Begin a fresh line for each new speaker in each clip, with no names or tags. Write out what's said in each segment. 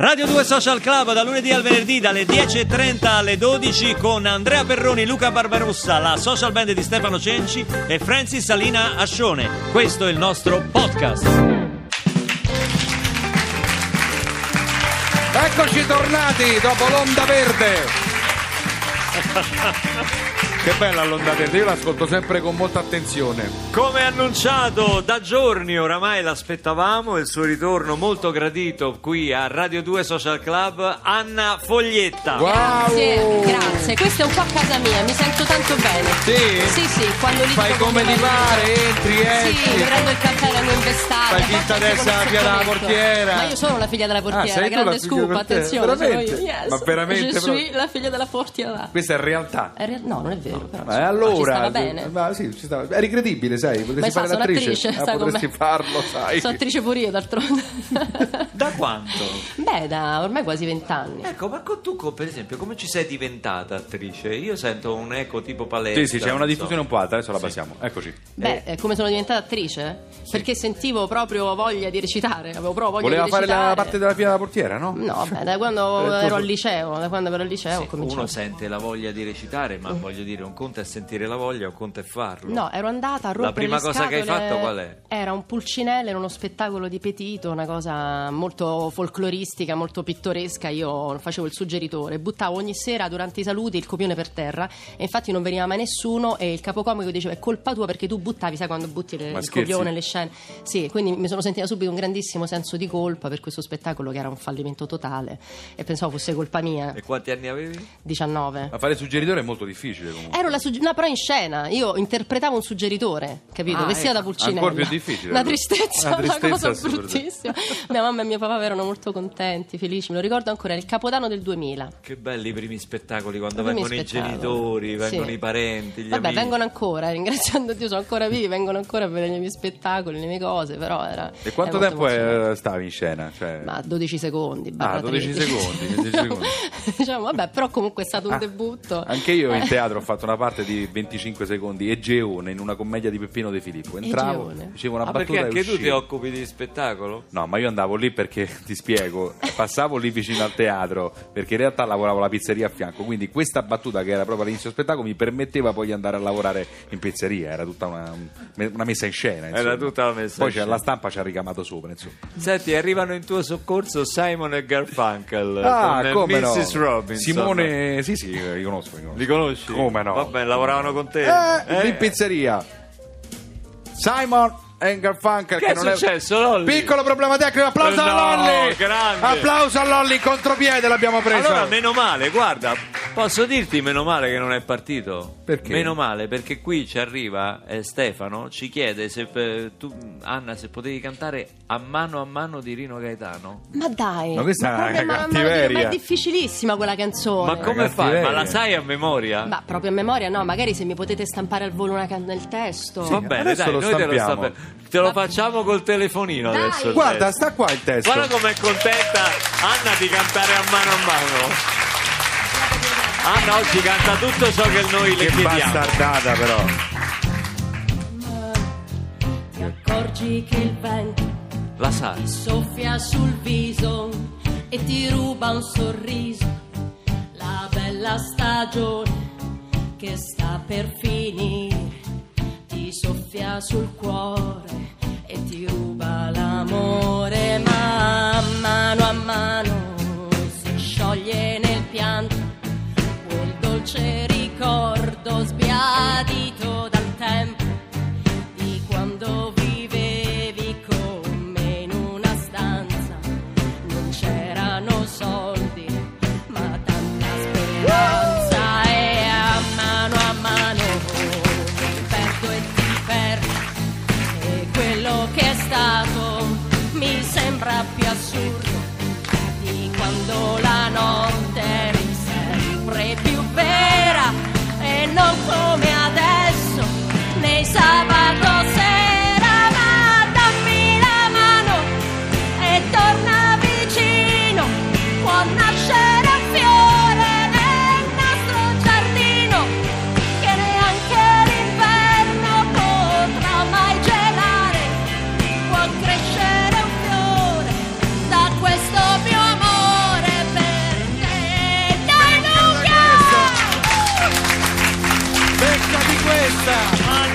Radio 2 Social Club da lunedì al venerdì dalle 10.30 alle 12 con Andrea Perroni, Luca Barbarossa, la social band di Stefano Cenci e Francis Salina Ascione. Questo è il nostro podcast.
Eccoci tornati dopo l'onda verde. Che bella l'onda verde, io l'ascolto sempre con molta attenzione.
Come annunciato da giorni oramai l'aspettavamo, il suo ritorno molto gradito qui a Radio 2 Social Club, Anna Foglietta.
Wow!
Grazie, grazie. Questo è un po' a casa mia, mi sento tanto bene.
Sì?
Sì, sì, quando lì
Fai
dico
come ti
voglio
pare,
venire.
entri,
Sì,
esci.
mi prendo il caffè non investare.
Fai finta di essere la figlia della portiera.
Ma io sono la figlia della
Ah,
portiera,
sei tu la
grande
figlia
scoop,
della portiera?
attenzione.
Veramente?
Sono io. Yes.
Ma veramente
Je
proprio?
suis la figlia della portiera.
Questa è realtà.
È re- No, non è vero, però.
Ma
insomma, ci
allora,
stava bene.
ma sì, ci stava. Eri credibile, sai,
Ma
potresti
sa,
fare
sono
l'attrice.
attrice,
Ah,
sta con
potresti
me.
farlo, sai.
Sono attrice pure io, d'altronde.
Da quanto?
Beh, da ormai quasi vent'anni.
Ecco, ma co- tu co- per esempio come ci sei diventata attrice? Io sento un eco tipo palestra.
Sì, sì, c'è una
non so.
diffusione un po' alta, adesso la abbassiamo. Eccoci.
Beh, eh, come sono diventata attrice? eh? Perché sentivo proprio voglia di recitare, avevo proprio voglia
Voleva
di
fare
recitare.
la parte della fila da portiera, no?
No, beh, da
Eh,
quando
tu-
ero al liceo, da quando ero al liceo Eh, ho
Sì, uno
cominciato. Mm.
sente la voglia di recitare, ma voglio dire, un conto è sentire la voglia, un conto è farlo.
No, ero andata a rompere
La prima
le
cosa che hai
scatole.
fatto qual è?
Era un pulcinello, era uno spettacolo di Petito, una cosa molto folcloristica, molto pittoresca. Io facevo il suggeritore, buttavo ogni sera durante i saluti il copione per terra e infatti non veniva mai nessuno e il capocomico diceva è colpa tua perché tu buttavi, sai quando butti le-
Ma
il
scherzi?
copione, le scene. Sì, quindi mi sono sentita subito un grandissimo senso di colpa per questo spettacolo che era un fallimento totale e pensavo fosse colpa mia,
E quanti anni avevi?
19.
Ma fare il suggeritore è molto difficile comunque.
Ero la sugge- no, però in scena io interpretavo un suggeritore, capito?
Ah,
Vestita
ecco.
da pulcinella.
Ancora più difficile,
Una
allora.
tristezza,
Una
una,
tristezza
cosa
assurda.
bruttissima. Mia mamma e mio papà erano molto contenti, felici. Me lo ricordo ancora, era il capodanno del 2000.
Che belli i primi spettacoli quando
Primi
vengono i
spettacoli.
genitori, vengono
Sì.
i parenti, gli
Vabbè,
amici.
vengono ancora, eh, ringraziando Dio, sono ancora vivi, vengono ancora a vedere i miei spettacoli, le mie cose, però era...
E quanto
era
tempo
molto emozionante.
eh, stavi in scena? Cioè,
Ma 12 secondi, barra
12
13.
secondi, 12 secondi.
diciamo, vabbè, però comunque è stato un
Ah,
debutto.
Anche io in
Eh.
teatro ho fatto una parte di 25 secondi Egeone in una commedia di Peppino De Filippo. Entravo,
Egeone.
dicevo una
Ah,
battuta
perché
e
anche tu ti
uscivo.
occupi di spettacolo?
No, ma io andavo lì perché ti spiego, passavo lì vicino al teatro, perché in realtà lavoravo alla pizzeria a fianco, quindi questa battuta che era proprio all'inizio del spettacolo mi permetteva poi di andare a lavorare in pizzeria, era tutta una, un- una messa in scena. insomma.
Era tutta una messa
Poi
in
c'è-
scena.
la stampa ci ha ricamato sopra, insomma.
Senti, arrivano in tuo soccorso Simon e Garfunkel con Mrs. Certo, Robinson.
Ah, Simone, sì sì, li conosco. Li, conosco.
Li conosci?
Come no?
Vabbè, lavoravano con te.
Eh,
Eh,
in pizzeria. Simon and Garfunkel
Che è
non
successo, Lolli?
Piccolo problema tecnico, applauso
No,
a Lolli!
grande!
Applauso a Lolli, contropiede l'abbiamo preso.
Allora, meno male, guarda, posso dirti meno male che non è partito.
Perché?
Meno male, perché qui ci arriva eh, Stefano, ci chiede se eh, tu, Anna, se potevi cantare a mano a mano di Rino Gaetano.
Ma dai,
Ma questa è una
proprio a mano a mano,
cattiveria.
ma è difficilissima quella canzone.
Ma come
ragazzi,
fai?
lei-
Ma la sai a memoria?
Ma proprio a memoria, no, magari se mi potete stampare al volo una can- nel testo.
Va bene,
adesso
dai,
lo
noi te lo,
stampiamo.
stampiamo. Te lo facciamo col telefonino
Dai.
adesso. il
Guarda,
testo.
sta qua il testo.
Guarda com'è contenta Anna di cantare a mano a mano. Anna oggi canta tutto ciò che noi le
che
chiediamo.
bastardata però.
Ti accorgi che il vento
La sai.
ti soffia sul viso e ti ruba un sorriso. La bella stagione che sta per finire ti soffia sul cuore e ti ruba l'amore, ma a mano a mano si scioglie nel pianto quel dolce ricordo sbiadito dal tempo di quando vivevi con me in una stanza non c'erano soldi ma tanta speranza e a mano a mano mi perdo e ti perdo e quello che è stato mi sembra più assurdo di quando la notte eri sempre più vera e non come adesso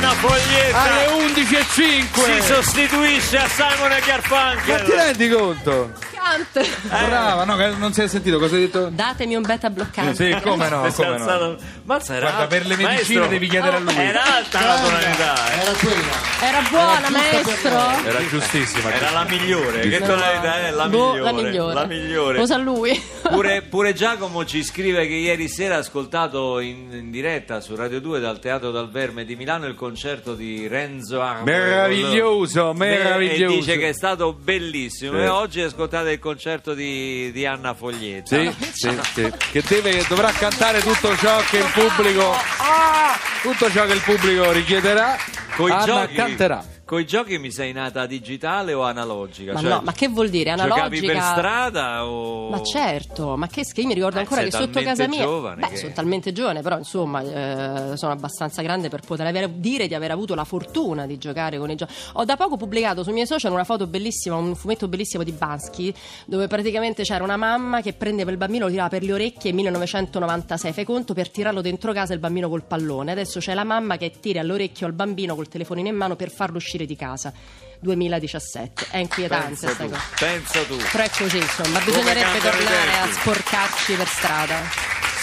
Gazzetta
alle 11.05
si sostituisce a Simon e
ma ti
Garfunkel.
rendi conto?
Canta.
Eh.
brava no, che non si è sentito cosa hai detto?
Datemi un beta bloccante.
sì come no,
Si è
come no.
alzato- Mazza, era
guarda per le medicine
Maestro,
devi chiedere a lui
Era alta la tonalità, eh.
Era quella.
Era buona,
Era giusta
maestro.
Era giustissima.
era la migliore. Che tonalità è? La
Boh,
migliore.
la migliore.
La migliore.
Lo sa lui.
Pure, pure Giacomo ci scrive che ieri sera ha ascoltato in, in diretta su Radio 2 dal Teatro dal Verme di Milano il concerto di Renzo Arma.
Meraviglioso, meraviglioso.
E dice che è stato bellissimo.
Sì.
E oggi ascoltate il concerto di, di Anna Foglietta.
Sì, sì, sì. Che deve, che dovrà cantare tutto ciò che il pubblico. Ah! Tutto ciò che il pubblico richiederà.
Coi
Anna
giochi,
Ah, canterà.
Coi giochi mi sei nata digitale o analogica?
Ma
Cioè,
no, ma che vuol dire?
Giocavi per
Analogica.
strada o...
Ma certo, ma che schifo, io mi ricordo
Eh,
ancora
sei
che sotto
talmente
casa mia...
giovane
Beh,
che-
sono talmente giovane, però insomma eh, sono abbastanza grande per poter avere- dire di aver avuto la fortuna di giocare con i giochi. Ho da poco pubblicato sui miei social una foto bellissima, un fumetto bellissimo di Bansky, dove praticamente c'era una mamma che prendeva il bambino, lo tirava per le orecchie 1996, fai conto, per tirarlo dentro casa il bambino col pallone. Adesso c'è la mamma che tira all'orecchio al bambino col telefonino in mano per farlo uscire di casa. 2017, è inquietante
Pensa
questa
tu,
cosa.
pensa tu.
Però è così, insomma,
Come
bisognerebbe
cantano i
tornare a
tempi.
sporcarci per strada.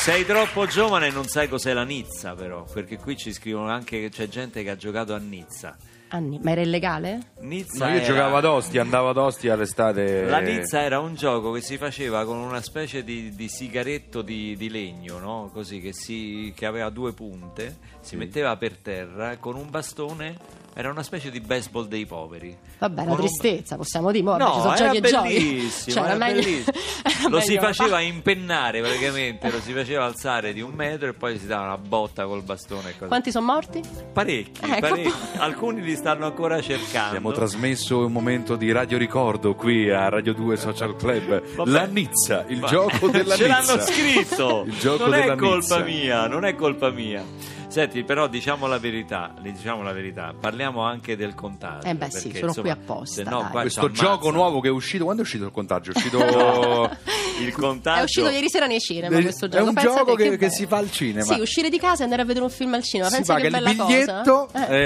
Sei troppo giovane e non sai cos'è la Nizza, però, perché qui ci scrivono anche che c'è gente che ha giocato a Nizza.
Anni, ma era illegale?
Nizza
No, io
era-
giocavo ad Ostia, andavo ad Ostia all'estate.
La Nizza era un gioco che si faceva con una specie di, di sigaretto di, di legno, no? Così che, si- che aveva due punte, si metteva per terra con un bastone. Era una specie di baseball dei poveri.
Vabbè, la
Con un-
tristezza, possiamo dire, mo, vabbè, ci
Boh. No,
sono
era
giochi e giochi.
bellissimo,
Cioè,
era
meglio-
bellissimo.
era
Lo si
meglio- Ah,
faceva impennare praticamente, lo si faceva alzare di un metro e poi si dava una botta col bastone e cose.
Quanti sono morti?
Parecchi,
Ecco.
parecchi. alcuni li stanno ancora cercando.
Abbiamo trasmesso un momento di radio ricordo qui a Radio 2 Social Club.
Vabbè.
La Nizza, il
Ma-
gioco della
Ce
Nizza.
l'hanno scritto.
Il gioco
non
della
è colpa
Nizza.
mia, non è colpa mia. Senti, però diciamo la verità, le diciamo la verità, parliamo anche del contagio.
Eh beh, sì,
perché,
sono
insomma,
qui apposta,
se no
dai.
qua ci
Questo
ammazza.
gioco nuovo che è uscito. Quando è uscito il contagio? È uscito.
il contagio
È uscito ieri sera nei cinema
È-
questo
è
gioco.
un
Pensa
gioco
te,
che- che
bello.
si fa al cinema.
Sì, uscire di casa e andare a vedere un film al cinema.
si
Pensa
paga
che
il
bella
biglietto,
cosa. Eh,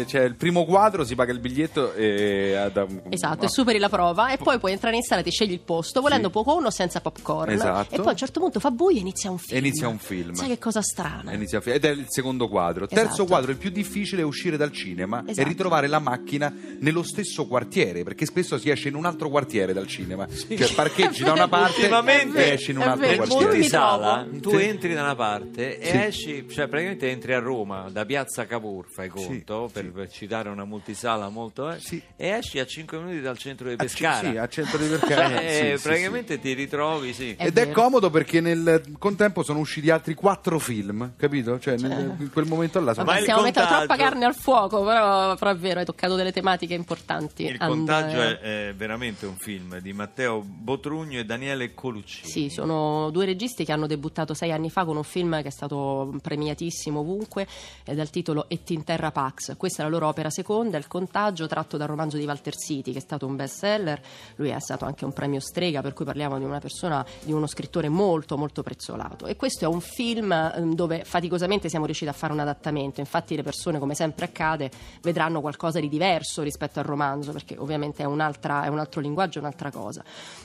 eh, cioè il primo quadro si paga il biglietto e ad-
Esatto,
ma-
e superi la prova e poi puoi entrare in sala, ti scegli il posto, volendo
Sì.
poco o uno senza popcorn.
Esatto.
E poi a un certo punto fa buio e inizia un film.
Inizia un film.
Sai che cosa strana.
Inizia a fi- ed è il secondo quadro. Il
Esatto.
Terzo quadro, il più difficile è uscire dal cinema e
Esatto.
ritrovare la macchina nello stesso quartiere, perché spesso si esce in un altro quartiere dal cinema. Cioè parcheggi da una parte
Ultimamente-
e esci in un
è
altro
vero.
Nel
Io
mondo
quartiere.
di
mi trovo.
sala tu
Sì.
entri da una parte e
Sì.
esci, cioè praticamente entri a Roma da piazza Cavour, fai conto, per, per citare una multisala molto, eh,
Sì.
e esci a 5 minuti dal centro di
A c-
Pescara.
Sì, a centro di
Cioè,
Pescara. sì,
eh,
sì,
praticamente ti ritrovi, sì.
sì. Ed
È
è
vero.
comodo perché nel contempo sono usciti altri quattro film, capito? Cioè, nel- in quel momento là sono
Ma
Vabbè,
il
stiamo mettendo
contagio-
troppa carne al fuoco, però, però è vero, hai toccato delle tematiche importanti. eh,
Il
Andrea.
contagio è, è veramente un film di Matteo Botrugno e Daniele Colucci.
Sì, sono due registi che hanno debuttato sei anni fa con un film che è stato premiatissimo ovunque, eh, dal titolo Et in terra pax. Questa è la loro opera seconda, Il contagio, tratto dal romanzo di Walter Siti, che è stato un best seller. Lui è stato anche un premio strega, per cui parliamo di una persona, di uno scrittore molto, molto prezzolato. E questo è un film ehm, dove faticosamente siamo riusciti a fare un adattamento. Infatti, le persone, come sempre accade, vedranno qualcosa di diverso rispetto al romanzo, perché ovviamente è, un'altra- è un altro linguaggio, è un'altra cosa.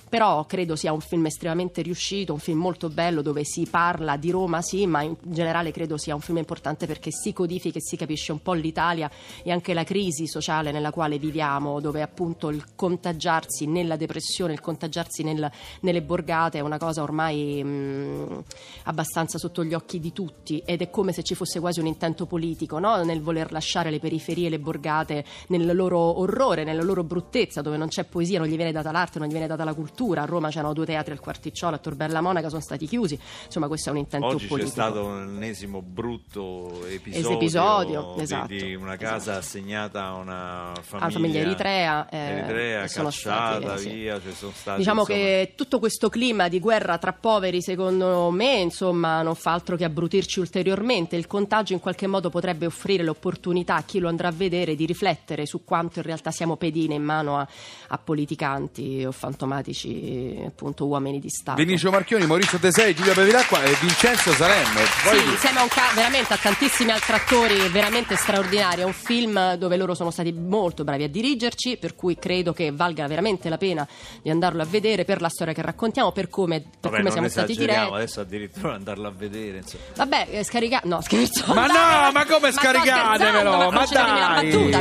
Però credo sia un film estremamente riuscito, un film molto bello dove si parla di Roma, sì, ma in generale credo sia un film importante perché si codifica e si capisce un po' l'Italia e anche la crisi sociale nella quale viviamo, dove appunto il contagiarsi nella depressione, il contagiarsi nel- nelle borgate è una cosa ormai mh, abbastanza sotto gli occhi di tutti ed è come se ci fosse quasi un intento politico no? nel voler lasciare le periferie, le borgate nel loro orrore, nella loro bruttezza, dove non c'è poesia, non gli viene data l'arte, non gli viene data la cultura. A Roma c'erano due teatri al Quarticciolo, a Torbella Monaca sono stati chiusi. Insomma, questo è un intento
Oggi c'è
politico.
stato l'ennesimo brutto episodio,
Episodio,
di,
esatto,
di una casa
esatto.
assegnata a una famiglia,
alla famiglia eritrea, eh,
eritrea
che sono
cacciata
stati, eh, sì.
via. Cioè sono stati,
diciamo
insomma,
che tutto questo clima di guerra tra poveri, secondo me, insomma, non fa altro che abbrutirci ulteriormente. Il contagio in qualche modo potrebbe offrire l'opportunità a chi lo andrà a vedere di riflettere su quanto in realtà siamo pedine in mano a, a politicanti o fantomatici, appunto,
uomini di Stato.
Vinicio Marchioni, Maurizio Tesei, Giulia Bevilacqua e Vincenzo Salemme. Poi-
Sì, insieme a un ca- veramente a tantissimi altri attori veramente straordinari. È un film dove loro sono stati molto bravi a dirigerci, per cui credo che valga veramente la pena di andarlo a vedere per la storia che raccontiamo, per come, per
Vabbè,
come
non
siamo stati
esageriamo,
diretti.
adesso addirittura andarla a vedere. insomma.
Vabbè, eh, scarica. No, scherzo.
Ma no, ma come
sto
scaricatevelo?
scherzando,
Ma
ma concedetemi la
dai!
battuta,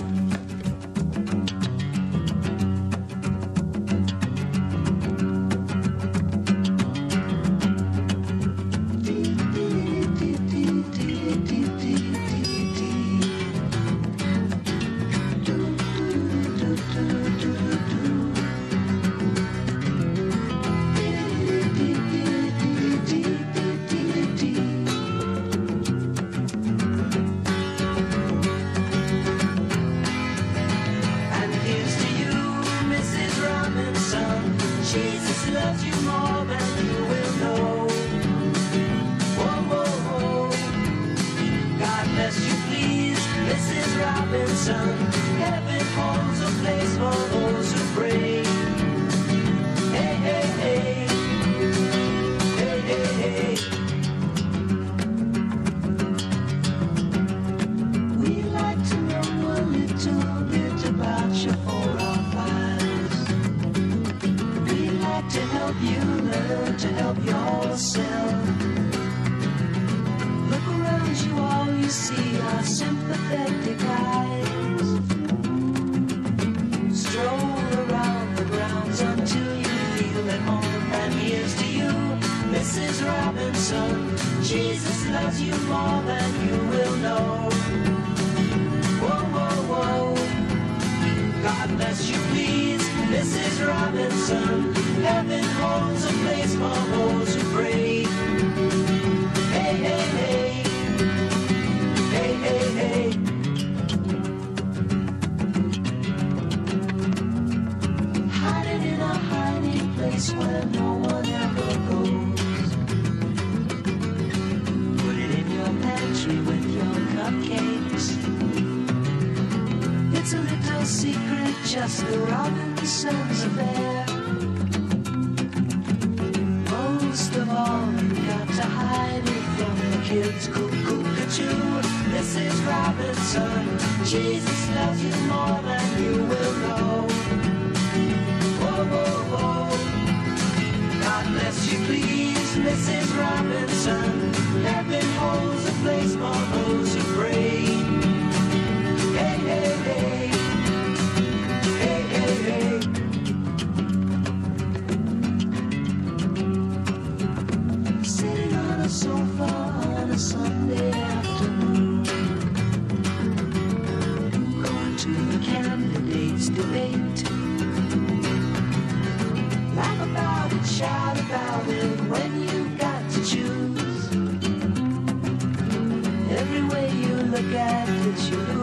no?
And here's to you, Mrs. Robinson. Jesus loves you more than you will know. Whoa, whoa, whoa. God bless you, please, Mrs. Robinson. Heaven holds a place for those who pray. Hey, hey, hey. Hey, hey, hey. We'd like to know a little bit about your oral files. We'd like to help you learn to help yourself. Look around you, all you see are sympathetic eyes. Stroll around the grounds until you feel at home. And here's to you, Mrs. Robinson. Jesus loves you more than you will know. Whoa, whoa, whoa. God bless you, please, Mrs. Robinson. Heaven holds a place for those who pray. Hey, hey, hey. Hey, hey, hey. Hiding in a hiding place where no one ever goes. Put it in your pantry with your cupcakes. It's a little secret, just the Robinson's affair. Most of all, you've got to hide it from the kids. Cuckoo, cuckoo, Mrs. Robinson. Jesus loves you more than you will know. Whoa, whoa, whoa. God bless you, please, Mrs. Robinson. Heaven holds a place for those who pray. Hey, hey, hey. Hey, hey, hey. Sitting on a sofa on a Sunday afternoon. Going to the candidates' debate. Laugh about it, shout about it when you've got to choose. Every way you look at it, you lose.